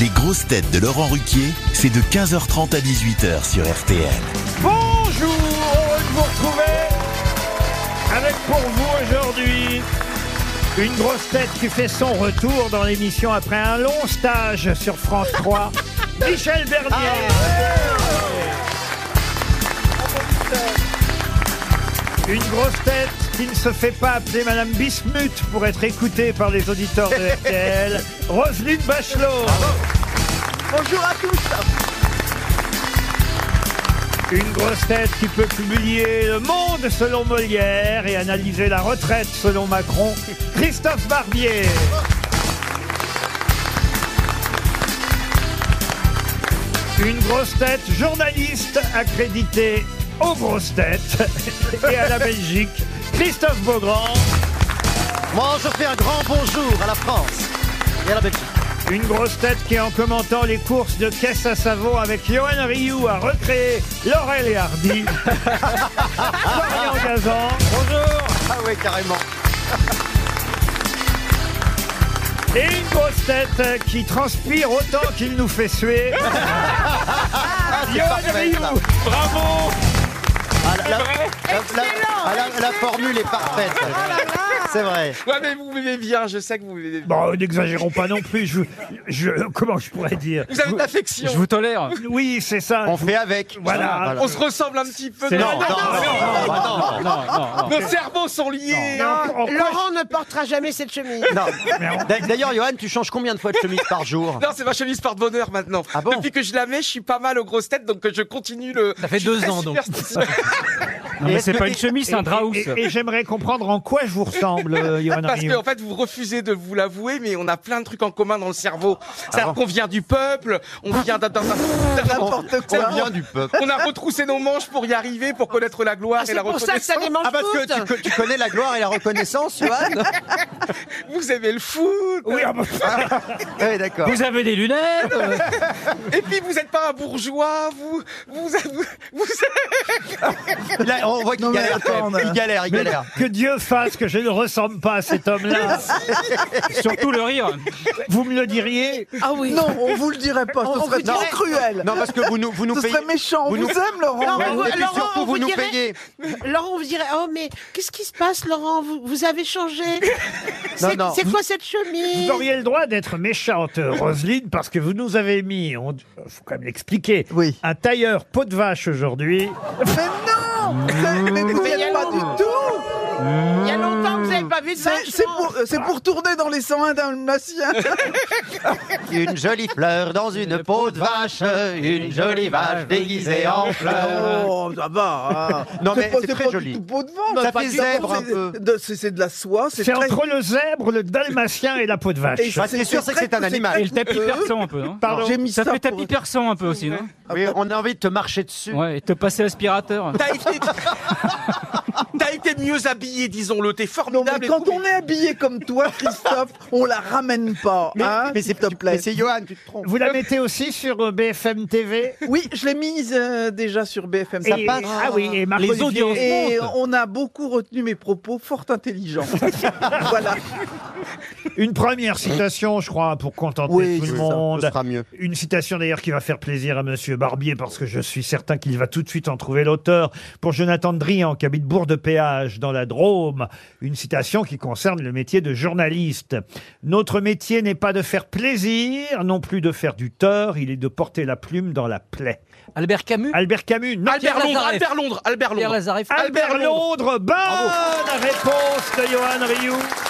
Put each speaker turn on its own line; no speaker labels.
Les grosses têtes de Laurent Ruquier, c'est de 15h30 à 18h sur RTL.
Bonjour, heureux de vous retrouver avec pour vous aujourd'hui une grosse tête qui fait son retour dans l'émission après un long stage sur France 3, Michel Bernier. Une grosse tête qui ne se fait pas appeler Madame Bismuth pour être écoutée par les auditeurs de RTL, Roselyne Bachelot.
Bonjour à tous.
Une grosse tête qui peut publier Le Monde selon Molière et analyser la retraite selon Macron, Christophe Barbier. Une grosse tête journaliste accréditée aux grosses têtes et à la Belgique, Christophe Beaugrand.
Moi, je fais un grand bonjour à la France et à la Belgique.
Une grosse tête qui, en commentant les courses de caisse à savon avec Johan Rioux, a recréé Laurel et Hardy. Florian Gazan. Bonjour.
Ah ouais, carrément.
Et une grosse tête euh, qui transpire autant qu'il nous fait suer.
Ah, c'est
Johan
parfait, ça.
Rioux.
Bravo
Ah, la, la- la- la- ah, la- la formule est parfaite. C'est vrai.
Ouais mais vous m'aimez bien, je sais que vous m'aimez bien.
Bon, n'exagérons pas non plus. Je, je- comment je pourrais dire
Vous avez de l'affection.
tolère.
Oui, c'est ça.
On fait avec.
Voilà.
On se ressemble un petit peu.
C'est-
Non, non,
Non,
non, non, bah non, non,
Non, non, non.
Nos cerveaux sont liés.
Non, on- on-
Laurent ne portera jamais cette chemise.
non. D'a- D'ailleurs, Johan, tu changes combien de fois de chemise par jour
Non, c'est ma chemise par bonheur maintenant.
Ah bon
Depuis que je la mets, je suis pas mal aux grosses têtes, donc je continue le.
Ça fait deux ans, donc. Non,
Et
mais
est-ce
c'est
que
pas
t'es-
une chemise, c'est un draus.
Et, et- et j'aimerais comprendre en quoi je vous ressemble, euh, Johan
Parce
Rioux.
qu'en fait, vous refusez de vous l'avouer, mais on a plein de trucs en commun dans le cerveau. C'est-à-dire qu'on vient du peuple, on vient d'un. d'un- d'un- d'un-
N'importe
quoi.
vient du peuple.
On a retroussé nos manches pour y arriver, pour connaître la gloire et
c'est
la
pour ça que
reconnaissance.
t'as des manches
Ah, parce que tu, co- tu connais la gloire et la reconnaissance, Johan
Vous aimez le foot.
Oui, ah bah,
Oui, d'accord.
Vous avez des lunettes euh,
Et puis vous n'êtes pas un bourgeois, vous vous vous, vous-
Là, On voit qu'il galère. quand même. Il galère, il galère.
que Dieu fasse que je ne ressemble pas à cet homme-là.
Surtout le rire.
Vous me le diriez
Ah oui.
Non, on vous le dirait pas, ce serait
dirait-
trop cruel.
Non, parce que vous nous, vous nous
ce
payez.
serait méchant, on
vous
vous,
nous-
aime, Laurent.
Non,
Et puis
Laurent,
surtout,
on
vous
vous
nous
dirait-
payez.
Laurent, vous dirait Oh, mais qu'est-ce qui se passe, Laurent vous, vous avez changé. C'est
non.
c'est quoi cette
Vous
chemise
auriez le droit d'être méchante, euh, Roselyne, parce que vous nous avez mis, on faut quand même l'expliquer,
Oui.
un tailleur peau de vache aujourd'hui.
Mais non c'est- Mais vous
Mais
aimez pas
non.
du tout
Il y a longtemps que vous n'avez pas vu de
C'est- C'est
vachement.
pour, euh, c'est pour tourner dans les 101 dalmatiens.
Une jolie fleur dans une peau de vache, une jolie vache déguisée en fleur.
Oh, ça va. hein.
Non, mais
pas-
c'est très
pas
joli.
du tout beau de ventre.
Ça
Pas
fait
du tout.
zèbre un
C'est-
peu.
de- C'est c'est de la soie, c'est
C'est
très...
entre le zèbre, le dalmatien et la peau de
et
vache.
Bah, c'est sûr, c'est que
très-
c'est un animal.
très
Et le tapis
coûteux.
persan un peu, non
Pardon.
J'ai mis
Ça
ça,
fait
pour-
tapis persan un peu aussi, non
Oui, on a envie de te marcher dessus.
Ouais, et te passer aspirateur.
t'as été t'as été mieux habillé, disons-le, t'es
Non,
formidable.
mais
et
quand
tout,
on est habillé comme toi, Christophe, on la ramène pas, hein, s'il te plaît.
Mais c'est Johan, tu te trompes.
Vous la mettez aussi sur euh, BFM TV
Oui, je l'ai mise euh, déjà sur BFM.
Et- Ah oui, et Marc
Les
Olivier-
audiences.
Et on a beaucoup retenu mes propos fort intelligents. voilà.
Une première citation, je crois, pour contenter
Oui,
tout le
c'est
ça, ce
monde.
sera mieux.
Une citation d'ailleurs qui va faire plaisir à Monsieur Barbier parce que je suis certain qu'il va tout de suite en trouver l'auteur. Pour Jonathan Drian, qui habite Bourg-de-Péage dans la Drôme, une citation qui concerne le métier de journaliste. Notre métier n'est pas de faire plaisir, non plus de faire du tort, il est de porter la plume dans la plaie.
Albert Camus
Albert Camus, non.
Albert
Pierre
Londres,
Lazareff.
Albert Londres, Albert Londres.
Lazareff
Albert
Albert
Londres, bonne réponse de Johan Rioux.